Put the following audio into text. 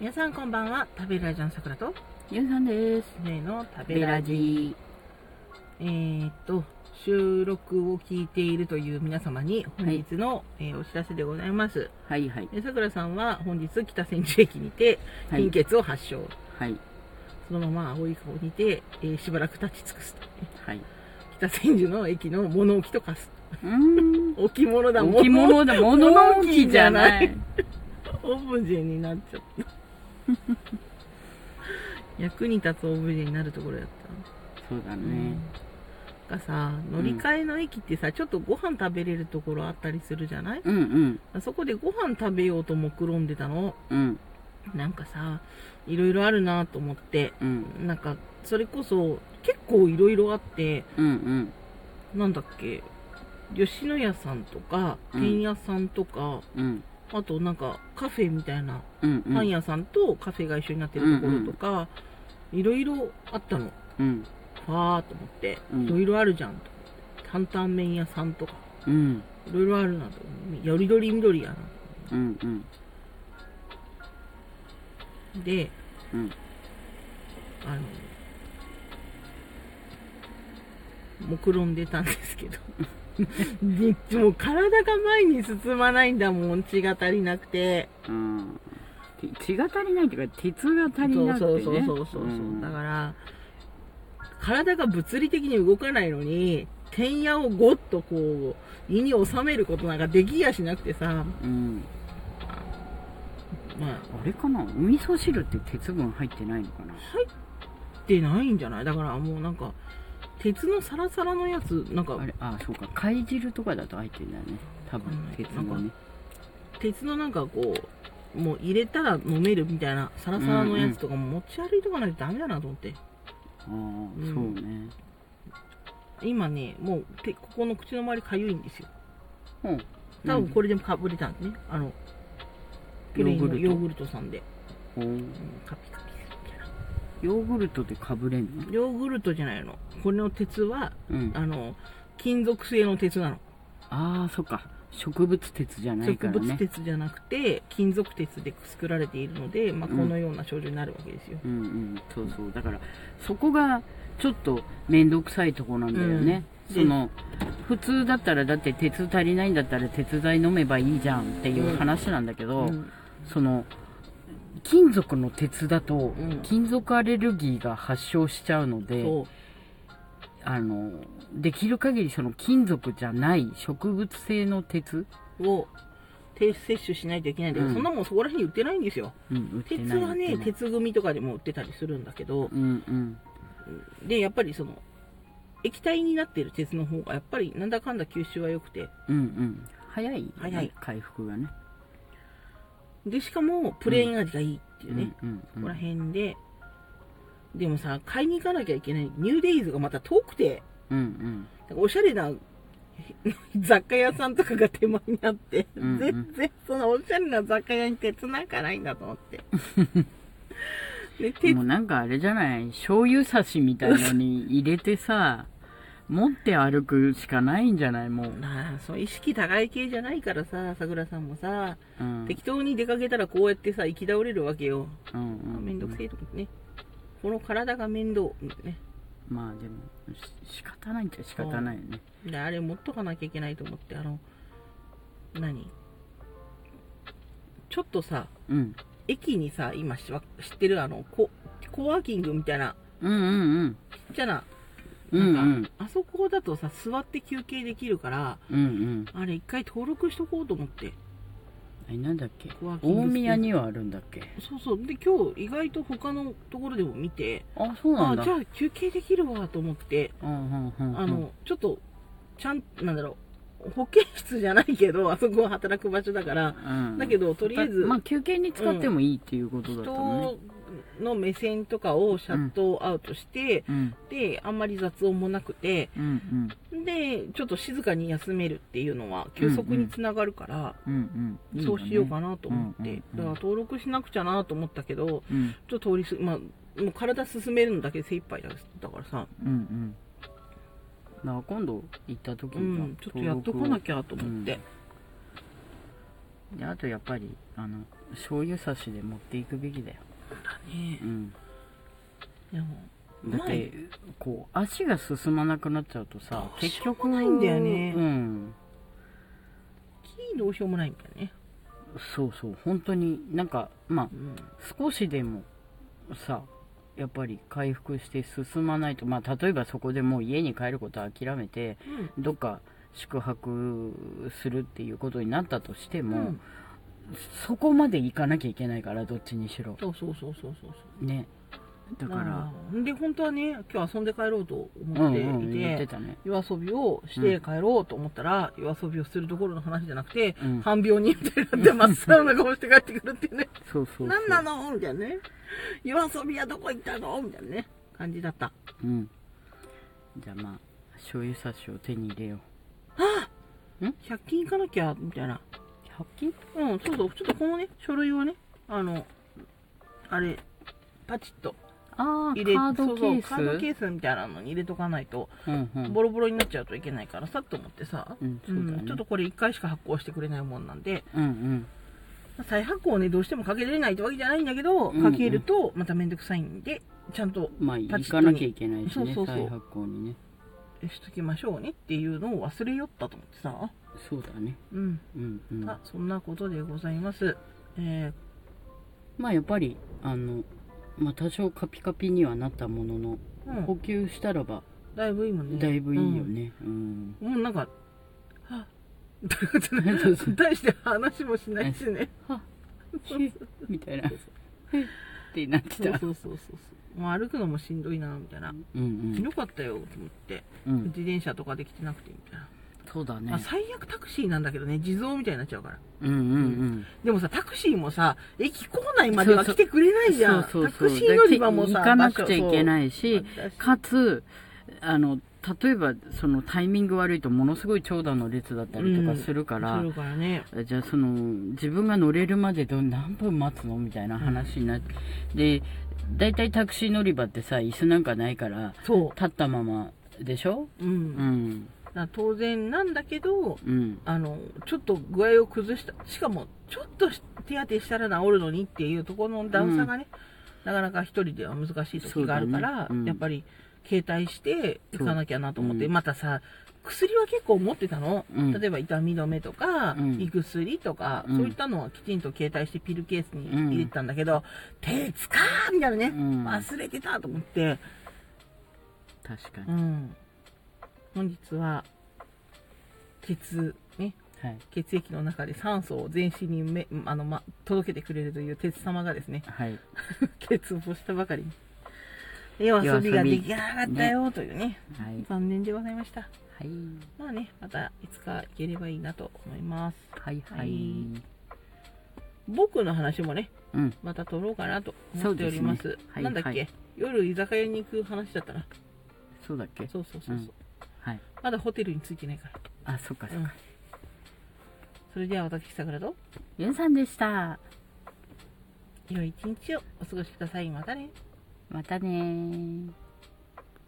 皆さんこんばんは食べるラジオのさくらとゆうさんです。ねえの食べベララジジー。えーっと収録を聞いているという皆様に本日の、えーお知らせでございますはいはい。えさくらさんは本日北千住駅にては貧い。血を発症、はい。そのまま青い顔にて、えーしばらく立ち尽くすとはい。北千住の駅の物置と化すうーん。置物だ置物だ、物物置置じじゃゃなないい。オブジェになっちゃった 役に立つオブジェになるところやったそうだね。がさ乗り換えの駅ってさ、ちょっとご飯食べれるところあったりするじゃないうんうん。そこでご飯食べようと目論んでたのうんなんかさいろいろあるなと思ってうん。なんかそれこそ結構いろいろあってうんうん。なんだっけ吉野家さんとかうん天屋さんとか、うんあとなんかカフェみたいなうん。パン屋さんとカフェが一緒になってるところとか、いろいろあったのうん。わーっと思ってうんいろいろあるじゃんと思って担々麺屋さんとかうん。いろいろあるなと思うよりどりみどりやなうんうん。でうん。あの目論んでたんです けどでもう体が前に進まないんだもん血が足りなくてうん。て血が足りないっていうか、鉄が足りなくてね。そうそうそうそうそう、んだから体が物理的に動かないのに天野をゴッとこう胃に収めることなんかできやしなくてさうん。まああれかなお味噌汁って鉄分入ってないのかなってないんじゃないだからもうなんか鉄のサラサラのやつなんかあれあ、そうか。貝汁とかだと入ってんだよね。多分、鉄のね。鉄のなんかこうもう入れたら飲めるみたいなサラサラのやつとかも持ち歩いとかないとダメだなと思ってああ、んそうね。今ねもうてここの口の周りかゆいんですようん。多分これでもかぶれたんですねあのプレイのヨーグルトさんで、ほううんカピカピするみたいなヨーグルトでかぶれんのヨーグルトじゃないのこれの鉄はうんあの金属製の鉄なのああそっか植物鉄じゃないか植ら物ね鉄じゃなくて金属鉄で作られているので、まあ、うこんのような症状になるわけですよ、うんうんそうそうだからそこがちょっと面倒くさいとこなんだよね、うんその普通だったらだって鉄足りないんだったら鉄剤飲めばいいじゃんっていう話なんだけど、うんその金属の鉄だとん金属アレルギーが発症しちゃうので、そうあのできる限りその金属じゃない植物性の鉄、を摂取しないといけないんだけど、うんそんなもんそこら辺に売ってないんですようん、売って鉄ないは売ねってない鉄組とかでも売ってたりするんだけどうんうんでやっぱりその液体になってる鉄の方がやっぱりなんだかんだ吸収は良くてうんうん早い、早い回復がねでしかもプレーン味がいいっていうね、うんうんここら辺ででもさ買いに行かなきゃいけないニューデイズがまた遠くてうんなんかおしゃれな 雑貨屋さんとかが手前にあって、うんうん全然そのおしゃれな雑貨屋に鉄なんかないんだと思 って。でうん、鉄もうなんかあれじゃない醤油差しみたいのに入れ てさ持って歩くしかないんじゃないもう、まあそう意識高い系じゃないからささくらさんもさ、うん適当に出かけたらこうやってさ行き倒れるわけよ、うんあうん、めんどくせえと思ってねこの体が面倒ねまあでもし仕方ないっちゃ仕方ないよねであれ持っとかなきゃいけないと思ってあの何ちょっとさうん駅にさ今しわ知ってるあのココワーキングみたいなうんうんちっちゃなうんうなんんか、うんあそこだとさ座って休憩できるからうんうんあれ一回登録しとこうと思ってあれなんだっけコワーキングスペー大ス宮にはあるんだっけそうそうで今日意外と他のところでも見てあそうなあんだじゃあ休憩できるわと思って、うんうんうんうんあのちょっとちゃんなんだろう保健室じゃないけどあそこは働く場所だからうんだけどとりあえずまあ休憩に使ってもいいっていうことだったのね人の目線とかをシャットアウトして、うんであんまり雑音もなくてうんうんでちょっと静かに休めるっていうのは休息につながるから、うんうんいいそようねしようかなと思って、うんうんうんだから登録しなくちゃなと思ったけどうんちょっと通りすまあもう体進めるのだけで精一杯だだからさ、うんうん。なあ今度行った時うには、ん、ちょっとやっとかなきゃとゃ思って、であとやっぱりあの醤油差しで持っていくべきだよ、ねうん、でもだってこう足が進まなくなっちゃうとさどうし結よう局もないんだよねうん木どうしようもないみたいなね、そうそう本当になんかまあうん、少しでもさやっぱり回復して進まないとまあ例えばそこでもう家に帰ることは諦めてどっか宿泊するっていうことになったとしてうも、ん、そこまで行かなきゃいけないからどっちにしろそうそうそうそうそうそねだうからうんで本当はね今日遊んで帰ろうとうん思うっていて,、ん言ってたね夜遊びをして帰ろうと思ったら、夜遊びをするところの話じゃなくて、うん半病人みたいになって真っ青な顔して帰ってくるっていうねそうそうそう何なのみたいなね夜遊びはどこ行ったのみたいなね感じだったうんじゃあまあ醤油差しを手に入れよ100均行かなきゃみたいなう100均うんそうそうちょっとこのね書類をねあのあれパチッとああカ入れードケースそうそうカードケースみたいなのに入れとかないとうんうんボロボロになっちゃうといけないからさと思ってさ、うんそうだねちょっとこれ1回しか発行してくれないもんなんでうんうん再発行をねどうしてもかけれないってわけじゃないんだけど、うんうんかけるとまためんどくさいんでちゃんとまあパ行チッとかなきゃいけないしそうねそうそう再発行にねしときましょうねっていうのを忘れよったと思ってさそうだねうん、うんうんあそんなことでございますえまあやっぱりあのまあ多少カピカピにはなったもののーうん補給したらばだいぶいいもんねだいぶいいよ、ねうん うんもうなんかはぁ大して話もしないしねはひみたいな。 ふってなってそうた。そうそうそうそうもう歩くのもしんどいなみたいなうんよかったよと思って、うん。うん。自転車とかできてなくてみたいな、そうだまあね。最悪タクシーなんだけどね地蔵みたいになっちゃうからうんうんでもさタクシーもさ駅構内までは来てくれなうん。いじゃんそうタそクうそう。シー乗り場もさ行かなくちゃいけいないし、かつ、あの、例えば、そのタイミング悪いとものすごい長蛇の列だったりとかするから、そうだからねじゃあその自分が乗れるまでど何分待つのみたいな話になって、で大体タクシー乗り場ってさ椅子なんかないからそ立ったままでしょううん、うだかんら当然なんだけどうんあのちょっと具合を崩したしかもちょっと手当てしたら治るのにっていうところの段差がね、なかなか一人では難しい時があるから、そうだねうんやっぱり携帯して行かなきゃなと思って、そううんまたさ薬は結構持ってたの、うん例えば痛み止めとか、うん胃薬とか、うんそういったのはきちんと携帯してピルケースに入れてたんだけど、手つかーみたいなね、うん忘れてたと思って、確かに、うん、本日は血ねはい血液の中で酸素を全身にめあの、ま、届けてくれるという鉄様がですね はい欠乏したばかりに夜遊びができなかったよというねはい残念でございましたはいまあねまたいつか行ければいいなと思いますはいはい、はい僕の話もねうんまた取ろうかなと思っておりますそうですねはいなんだっけ、はい夜居酒屋に行く話だったなそうだっけそうそうそうそう、うんはいまだホテルに着いてないからあそっかそっうんか、それでは私桜とゆんさんでした良い一日をお過ごしくださいまたねまたねー